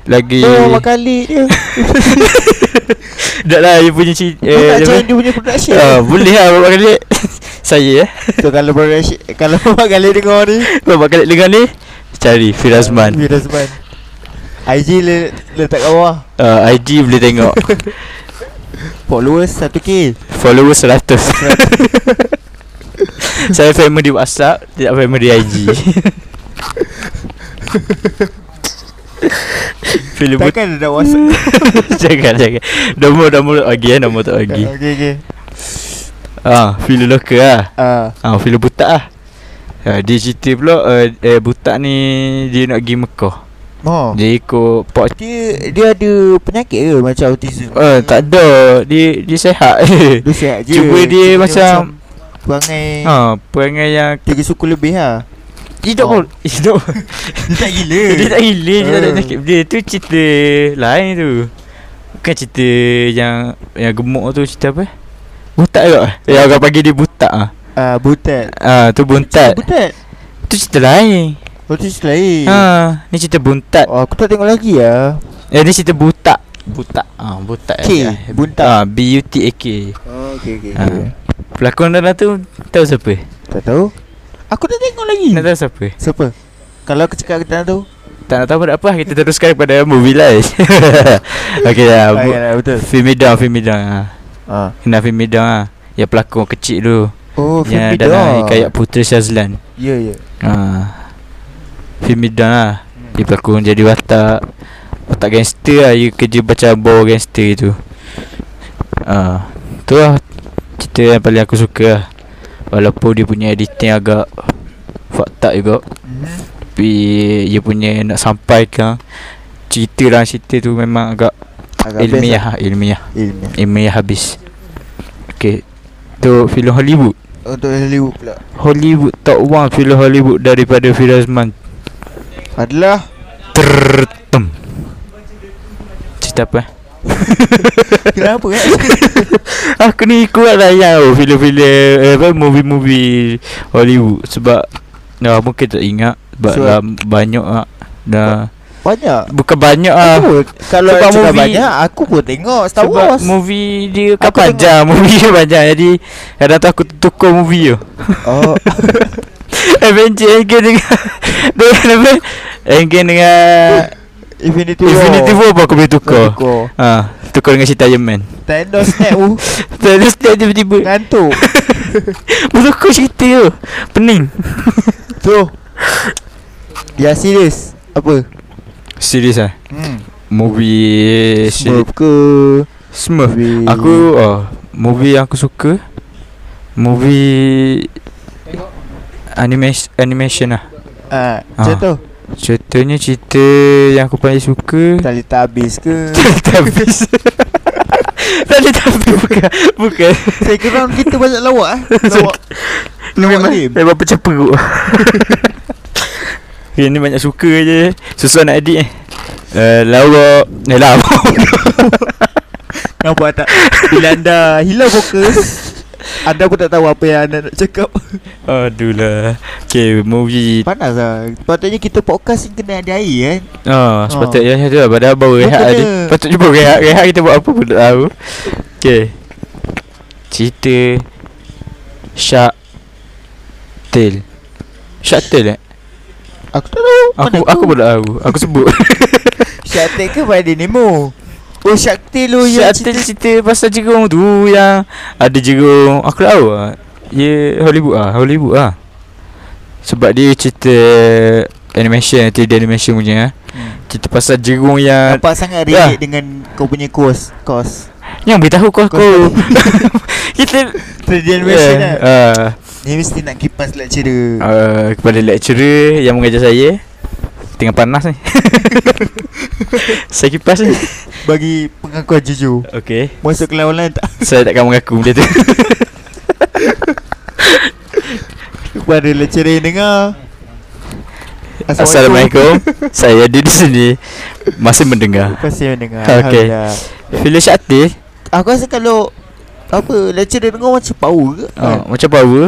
lagi Tu orang kali dia tak lah dia punya cerita Kau eh, nak join dia punya- dia punya production Ah, boleh lah Bapak Khalid Saya eh So kalau production Kalau orang kali dengar ni Bapak Khalid dengar ni Cari Firazman Firazman IG le, letak kat bawah uh, IG boleh tengok Followers 1k Followers 100 Saya family di WhatsApp Tidak family di IG Film but- Takkan dia dah whatsapp Jangan jangan Nombor nombor tak bagi eh Nombor tak bagi Okay okay Ah, Film lokal lah Ah, Ah, film butak lah Ah, Dia cerita pula uh, eh, Butak ni Dia nak pergi Mekah Oh Dia ikut Pak Dia dia ada penyakit ke macam autism? Eh, tak ada. Dia dia sehat. Dia sihat je. Cuma dia Ya, macam- perangai ha. ha, perangai yang tiga suku lebih lah. hidup Ya. Oh. oh. hidup. Dia tak gila. dia tak gila, dia tak ada Eh. penyakit. Dia tu cerita lain tu. Bukan cerita yang yang gemuk tu cerita apa? eh? Butak ke? Ya orang panggil dia butak ah. Ah, butet. Ah tu buntat. Butet. Tu cerita lain. Oh, tu cerita lain. Ha, ni cerita buntat. Oh, aku tak tengok lagi ya. Eh ni cerita butak. Butak. Ah butak. K, buntak. Ah B U T A K. Oh, okey okey. Ha. okey. Pelakon dalam tu tahu siapa? Tak tahu. Aku tak tengok lagi. Nak tahu siapa? Siapa? Kalau aku cakap aku tak tahu. Tak nak tahu pun tak apa Kita teruskan kepada movie live Okay Ah, ya lah bu- lah, betul. Fimida Fimida ha. Ah. Kena Fimida ha. Yang pelakon kecil tu Oh, Yang Fimida. dalam Ya, Kayak Putri Syazlan Ya, ya. ha. Fimida ha. Dia pelakon jadi watak Watak gangster lah Dia kerja macam bawa gangster tu ha. Tu lah Cerita yang paling aku suka lah Walaupun dia punya editing agak Fakta juga Hmm. Tapi dia punya nak sampaikan Cerita dalam cerita tu memang agak Agak best lah. ilmiah, ilmiah Ilmiah. Ilmiah habis Okay Tu filem Hollywood Untuk Hollywood pula. Hollywood top 1 filem Hollywood daripada Firazman Adalah Tertem Cerita apa eh? Kenapa eh? Aku ni kuat lah ya filem-filem eh, apa movie-movie Hollywood sebab nah, mungkin tak ingat sebab Sebab- dah banyak ah dah Banyak. bukan banyak ah Aku pun- Kalau sebab cakap movie- banyak aku pun tengok Star Sebab Wars. movie dia kan Aku panjang Movie dia panjang Jadi Kadang tu aku tukar movie tu Oh. Avengers Endgame dengan Dengan apa Endgame dengan Uh, Infinity War. Infinity War pun aku boleh tukar Tukar. ha, Tukar dengan cerita Iron Man Thanos snap tu Terus dia tiba-tiba ngantuk. Bertukar cerita tu Pening So Ya serius Apa? Serius lah Hmm. Movie Smurf ke? Smurf Movie- Eh, Aku oh, Movie yang aku suka Movie Animation, animation lah Ah, Ah. macam tu. Contohnya cerita yang aku paling suka Tali tabis ke? Teletubbies Tadi tapi bukan Bukan Saya kira orang kita banyak lawak eh. Lawak. Ni memang Lame. Memang Eh, pecah perut Okay ni banyak suka je Susah nak edit eh uh, Lawak Eh lawak Nampak tak? Bila anda hilang fokus, anda pun tak tahu apa yang anda nak cakap. Aduh lah Okay movie Panas lah. Patutnya kita podcast ni kena ada air kan. Oh sepatutnya macam tu lah Padahal baru rehat Bukannya- tadi Patut jumpa rehat Rehat kita buat apa pun tak tahu Okay Cerita Shark Tale Shark Tale eh Aku tak tahu. Aku aku pun tak tahu Aku sebut Shark Tank ke Finding Nemo? Oh Shark Tank lu yang Shark Tale cerita pasal jerung tu Yang Ada jerung Aku tak tahu lah Ya Hollywood lah Hollywood lah Sebab dia cerita Animation 3D animation punya eh. Hmm. Cerita pasal jerung yang Nampak sangat Ya. relate dengan kau punya course Course Yang beritahu kau aku Kita 3D animation yeah, lah uh, Ni mesti nak kipas lecturer uh, Kepada lecturer Yang mengajar saya Tengah panas ni Saya kipas ni Bagi pengakuan jujur Okay Masuk kelas online tak Saya takkan mengaku benda tu Kepada lecturer yang dengar Assalamualaikum. Saya ada di sini masih mendengar. Pasti yang dengar Okey. Alhamdulillah. Filem Syakti Aku rasa kalau Apa Lecturer dengar macam power ke Kan? oh, macam power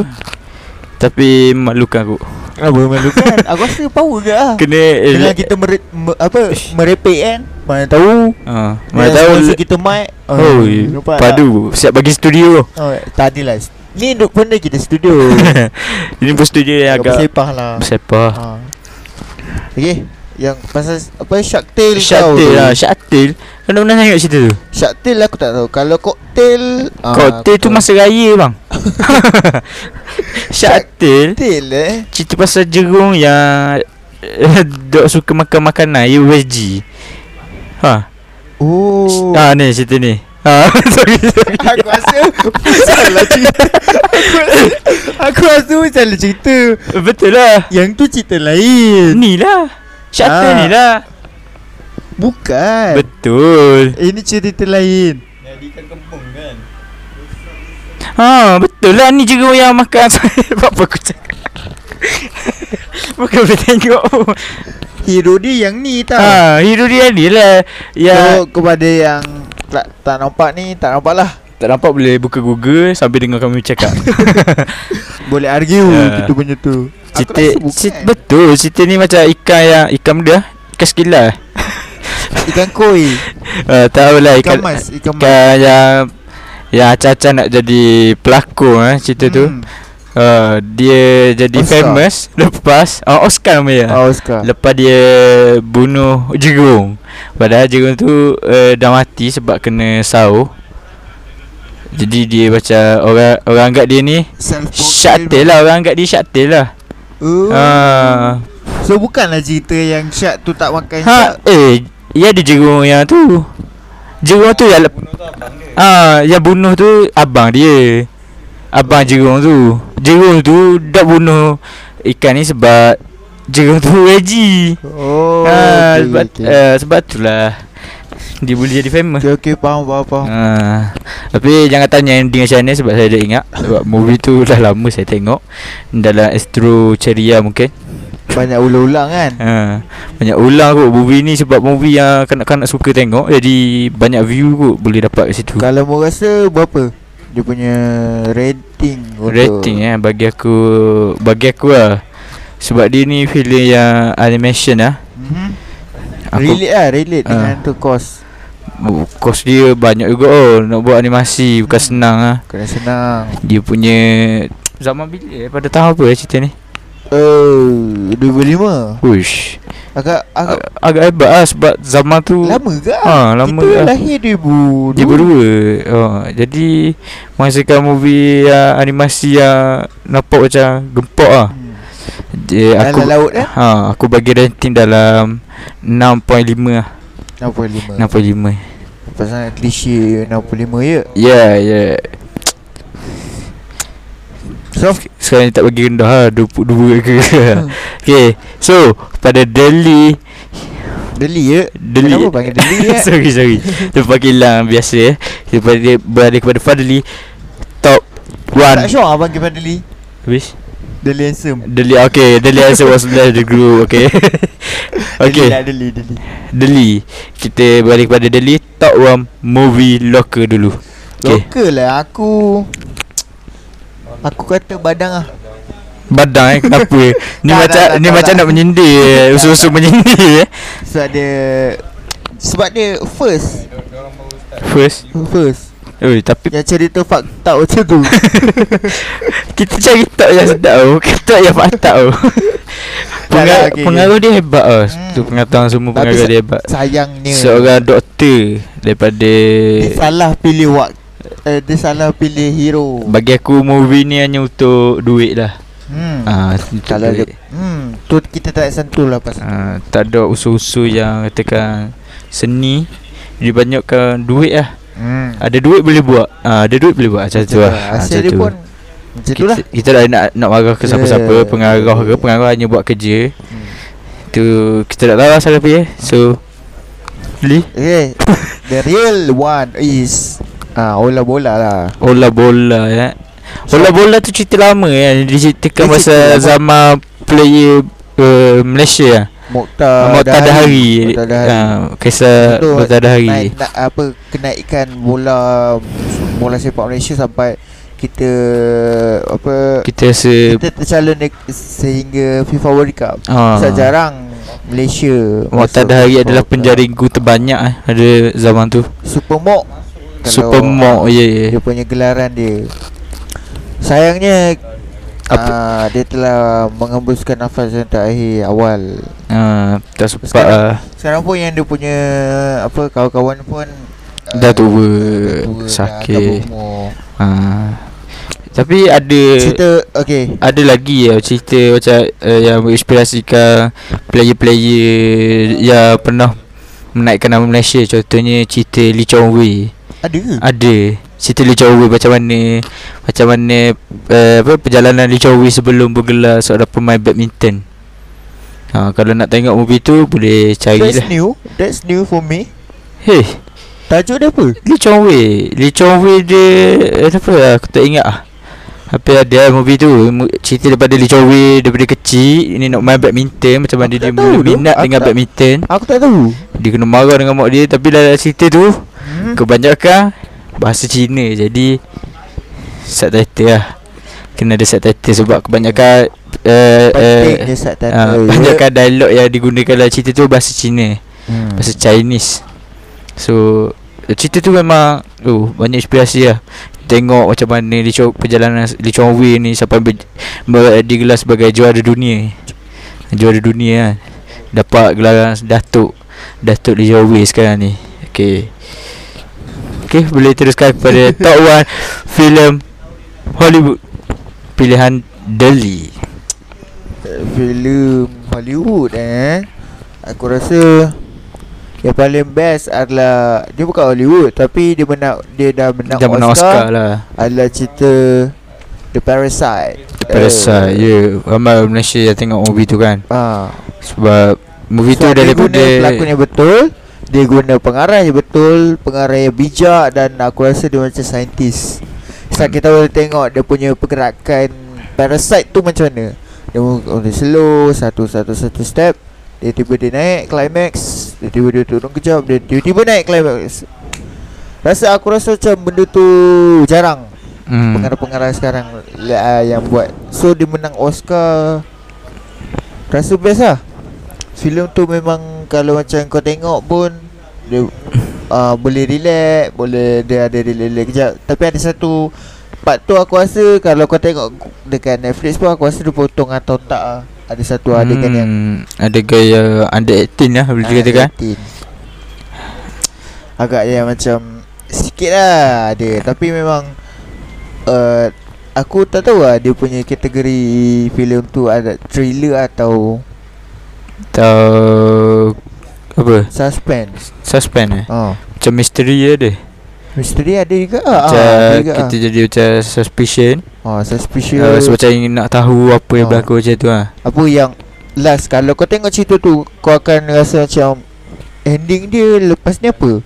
tapi malukan aku. Apa malu kan Aku rasa power ke lah Kena Bila kita mere, me, apa merepek kan Mana tahu Ha, Mana mana tahu tahu kita mic Oh, nampak tak? padu siap bagi studio. Oh, tak adalah Ni duk benda kita studio Ini pun studio yang Agak agak bersepah lah sepah. ha. Okay Yang pasal Apa Shark Tale kau Syakti tu. lah, Syakti. Kau dah pernah tengok cerita tu? Shark Tale aku tak tahu Kalau cocktail ah, Koktel tu aku- masa raya bang. Syakti Cocktail eh cerita pasal jerung yang eh, dok suka makan makanan yang veggie. Ha. Oh Ah ni cerita ni. Ah sorry. Aku rasa Salah cerita Aku rasa, aku rasa salah cerita Betul lah. Yang tu cerita lain Ni lah. Shutter Ah. ni lah. Bukan Betul. Ini cerita lain Ha betul lah ni juga yang makan apa aku cakap. Bukan boleh tengok Hero dia yang ni tau Ah. Ha Hero dia ni lah So Ya kepada yang tak, tak nampak ni Tak nampak lah Tak nampak boleh buka Google sambil dengar kami cakap. Boleh argue Ya. Kita punya tu Aku Cerita rasa bukan. eh. cit- betul, cerita ni macam ikan yang ikan dia, ikan sekilas. eh. Ikan koi Uh, tahu lah Ikan ikan mas Ikan mas ikan yang yang acah-acah nak jadi pelakon eh cerita tu. Hmm. Uh, dia jadi Oscar. famous lepas uh, Oscar nama dia. Oh Oscar Lepas dia bunuh jerung Padahal jerung tu uh, dah mati sebab kena saur Jadi dia macam orang orang anggap dia ni Self Syaktil lah orang anggap dia syaktil lah oh. uh, So bukanlah cerita yang Syak tu tak makan ha, syak Eh ya ada jerung yang tu Jerung tu yang lep- Ah, yang bunuh tu abang dia Abang jerung tu Jerung tu dah bunuh ikan ni sebab Jerung tu veggie Oh Ah, sebab okay, okay. uh, sebab itulah dia boleh jadi famous. okay, okay faham faham faham Ah, tapi jangan tanya ending macam mana sebab saya dah ingat sebab movie tu dah lama saya tengok dalam Astro Ceria mungkin. Banyak ulang-ulang kan Ha, banyak ulang kot movie ni sebab movie yang kanak-kanak suka tengok jadi banyak view kot boleh dapat kat situ. Kalau mu rasa berapa Dia punya rating untuk Rating eh bagi aku bagi aku lah. Sebab dia ni filem yang animation lah. mm-hmm. Aku Relate lah relate Ah. dengan tu kos kos dia banyak juga oh nak buat animasi bukan senang ah. Kena senang Dia punya Zaman bila eh? Pada tahun apa eh cerita ni Oh 2005 Uish Agak agak Ag- Agak hebat lah sebab zaman tu lama ke Ha, lama Kita ke? lahir 2000 Dia berdua oh, Jadi Menghasilkan movie yang Animasi yang Nampak macam Gempok lah Hmm. Dia, aku Dalam laut, eh? ha, Aku bagi rating dalam 6.5 lah 65 6.5 Pasal klise 65 ya Yeah yeah So Sekarang ni tak bagi rendah lah 22 ke Hmm. Okay So Pada Delhi Deli ya Deli Kenapa panggil deli ya sorry sorry Dia panggilan biasa eh Daripada dia berada kepada Fadli Top Tak 1 syok abang panggil Deli Habis Deli handsome Deli okay Deli Azhar was left the group Okay Deli lah Okay Deli Deli Deli Kita berada kepada Deli Top 1 movie locker dulu Okay Lokal lah aku Aku kata badang lah Badang eh kenapa Ni Tak, macam tak, tak, Ni tak, macam tak. nak menyindir eh. Tak, Usul-usul menyindir eh Sebab dia Sebab dia first First First Oi, tapi Yang cerita fakta macam tu Kita cari tak yang sedap tau Tak yang patah tau Tak, Pengar- tak, okay, Pengaruh dia hebat tau Hmm. Tu pengetahuan semua Tapi pengaruh sa- dia hebat Sayangnya Seorang doktor Daripada Dia salah pilih wak eh, Dia salah pilih hero Bagi aku movie ni hanya untuk duit lah hmm. ha, untuk Kalau dia duit. hmm, tu kita tak sentuh lah pasal Ha, Tak ada usul-usul yang katakan Seni Dibanyakkan duit lah hmm. Ada duit boleh buat ha, Ada duit boleh buat Macam tu lah ha, Hasil macam dia tu. pun Macam tu kita, lah kita dah nak, nak marah ke siapa-siapa Yeah. Pengarah ke Pengarah hanya buat kerja hmm. Tu Kita tak tahu lah siapa ya So Li Okay Eh, The real one is ah, Ola bola lah Ola bola ya. Ola bola tu cerita lama ya. Diceritakan Dia masa cerita lama. zaman player uh, Malaysia ya. Mokhtar Uh, Mokhtar Dahari. Mokhtar Dahari Ha, kisah Ah, Betul. Mokhtar Dahari. naik, naik, apa kenaikan bola bola sepak Malaysia sampai kita apa Kita rasa kita tercalon dek- sehingga FIFA World Cup. ha, Sangat jarang Malaysia. Mokhtar masuk Dahari FIFA adalah World Cup. penjaring gua terbanyak eh, ada zaman tu. Super Mok. Kalau Super Mok ya. Yeah, Dia punya gelaran dia. Sayangnya Apa? ah, dia telah menghembuskan nafas yang terakhir awal. Ha, tak sempat Sekarang- ah. Sekarang pun yang dia punya apa kawan-kawan pun ah, Dah tua, dah tua, dah sakit. agak berumur. Ha. Tapi ada Cerita okay Eh, ada lagi ya cerita macam uh, yang menginspirasikan player-player yang pernah menaikkan nama Malaysia contohnya cerita Lee Chong Wei Ada ke? ada cerita Lee Chong Wei macam mana macam mana uh, apa perjalanan Lee Chong Wei sebelum bergelar seorang pemain badminton ha, kalau nak tengok movie tu boleh That's carilah new That's new for me hey Tajuk dia apa? Lee Chong Wei Lee Chong Wei dia eh, Apa lah Aku tak ingat lah Apa ada movie tu Mu- Cerita daripada Lee Chong Wei Daripada kecil Ini nak main badminton Macam mana Aku dia tak tahu mula tu. minat Aku dengan tak- badminton Aku tak tahu Dia kena marah dengan mak dia Tapi dalam cerita tu hmm? Kebanyakan bahasa Cina jadi subtitle lah. Kena ada subtitle sebab kebanyakan uh, uh, Pentingnya uh, subtitle kebanyakan dialog yang digunakan dalam cerita tu bahasa Cina, Hmm. bahasa Chinese. So cerita tu memang oh, banyak inspirasi lah. Tengok macam mana Lee Chong, perjalanan Lee Chong Wei ni sampai ber, ber, digelar sebagai juara dunia. Juara dunia kan. Dapat gelaran Datuk Datuk Lee Chong Wei sekarang ni. Okay. Okay, boleh teruskan kepada top 1 filem Hollywood pilihan Deli. filem Hollywood eh aku rasa yang paling best adalah dia bukan Hollywood tapi dia menang dia dah menang, Dah menang Oscar Oscar, lah. adalah cerita The Parasite The Parasite Eh, Ya yeah. Ramai orang Malaysia yang tengok movie tu kan ah Sebab Movie so, tu dia daripada guna pelakon yang betul dia guna pengarah yang betul pengarah yang bijak dan aku rasa dia macam saintis sebab kita boleh tengok dia punya pergerakan parasite tu macam mana dia mula slow satu satu satu step dia tiba dia naik climax dia tiba dia turun kejap dia tiba-tiba naik climax rasa aku rasa macam benda tu jarang hmm. pengarah-pengarah sekarang uh, yang buat so dia menang Oscar rasa best lah filem tu memang kalau macam kau tengok pun dia uh, boleh relax boleh dia ada relax-relax kejap tapi ada satu part tu aku rasa kalau kau tengok dekat Netflix pun aku rasa dia potong atau tak lah. ada satu hmm. adegan yang Ada gaya Under 18 lah Boleh Ah, dikatakan 18. Agak yang macam Sikit lah ada Tapi memang uh, Aku tak tahu lah dia punya kategori filem tu ada thriller atau Atau Apa suspense. Suspense eh Oh, Macam misteri je dia misteri ada juga. Ah, Macam ada juga. Kita jadi macam Suspicion ah. Oh, suspicious. uh, Macam ingin nak tahu Apa yang Ah. berlaku macam tu lah apa yang last kalau kau tengok cerita tu kau akan rasa macam ending dia lepas ni apa?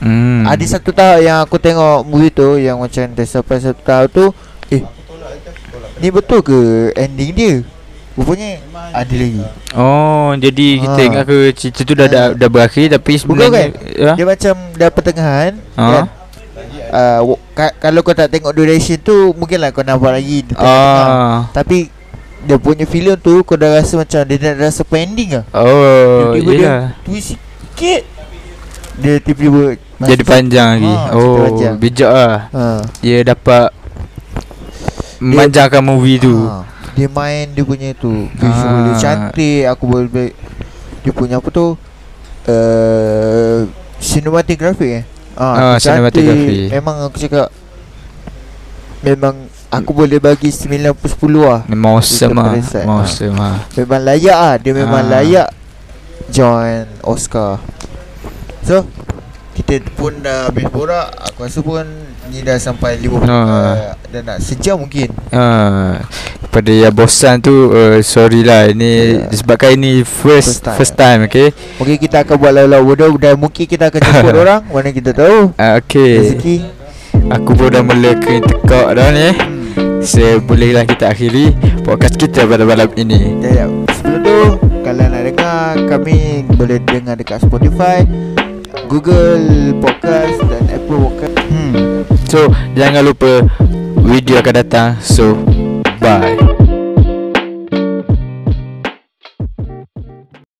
hmm. Ada satu tahap yang aku tengok movie tu yang macam dia sampai satu tahap tu Eh Ni betul ke ending dia? Rupanya ada lagi Oh Jadi kita Ah. ingat ke Cerita tu dah, dah, Ah. dah berakhir Tapi sebenarnya Ya? Dia macam dah pertengahan Ah. kan? Uh, wo- ka- kalau kau tak tengok duration tu Mungkinlah kau nampak lagi dia tengah-tengah. Ah. Tapi Dia punya filem tu Kau dah rasa macam Dia dah rasa pending lah Oh Tiba-tiba dia Yelah twist sikit Dia tiba-tiba Jadi panjang lagi Ah, cerita Oh panjang. bijak lah ha. Dia dapat Memanjakan movie tu Ah, dia main dia punya tu visual dia Ah. cantik aku boleh boleh- dia punya apa tu uh, cinematography eh Ah, tu cantik. cinematography. memang aku cakap memang aku boleh bagi 9 per 10 lah Memang awesome Cerita lah Parasite, Memang ah. awesome lah memang layak ah dia memang Ah. layak join Oscar so kita pun dah habis borak aku rasa pun ni dah sampai 50 Ah. uh, dah nak sejam mungkin ah. Pada yang bosan tu uh, Sorry lah Ini Yeah. Disebabkan ini Ya. First first First time. time, first time okay Mungkin kita akan buat lalau bodoh Dan mungkin kita akan jemput orang Mana kita tahu uh, Okay Rezeki Aku pun dah mula kering tekak dah ni Hmm. So bolehlah kita akhiri Podcast kita pada malam ini Sekejap, sekejap. Sebelum tu Kalau nak dengar Kami boleh dengar dekat Spotify Google Podcast Dan Apple Podcast hmm. So jangan lupa Video akan datang So bye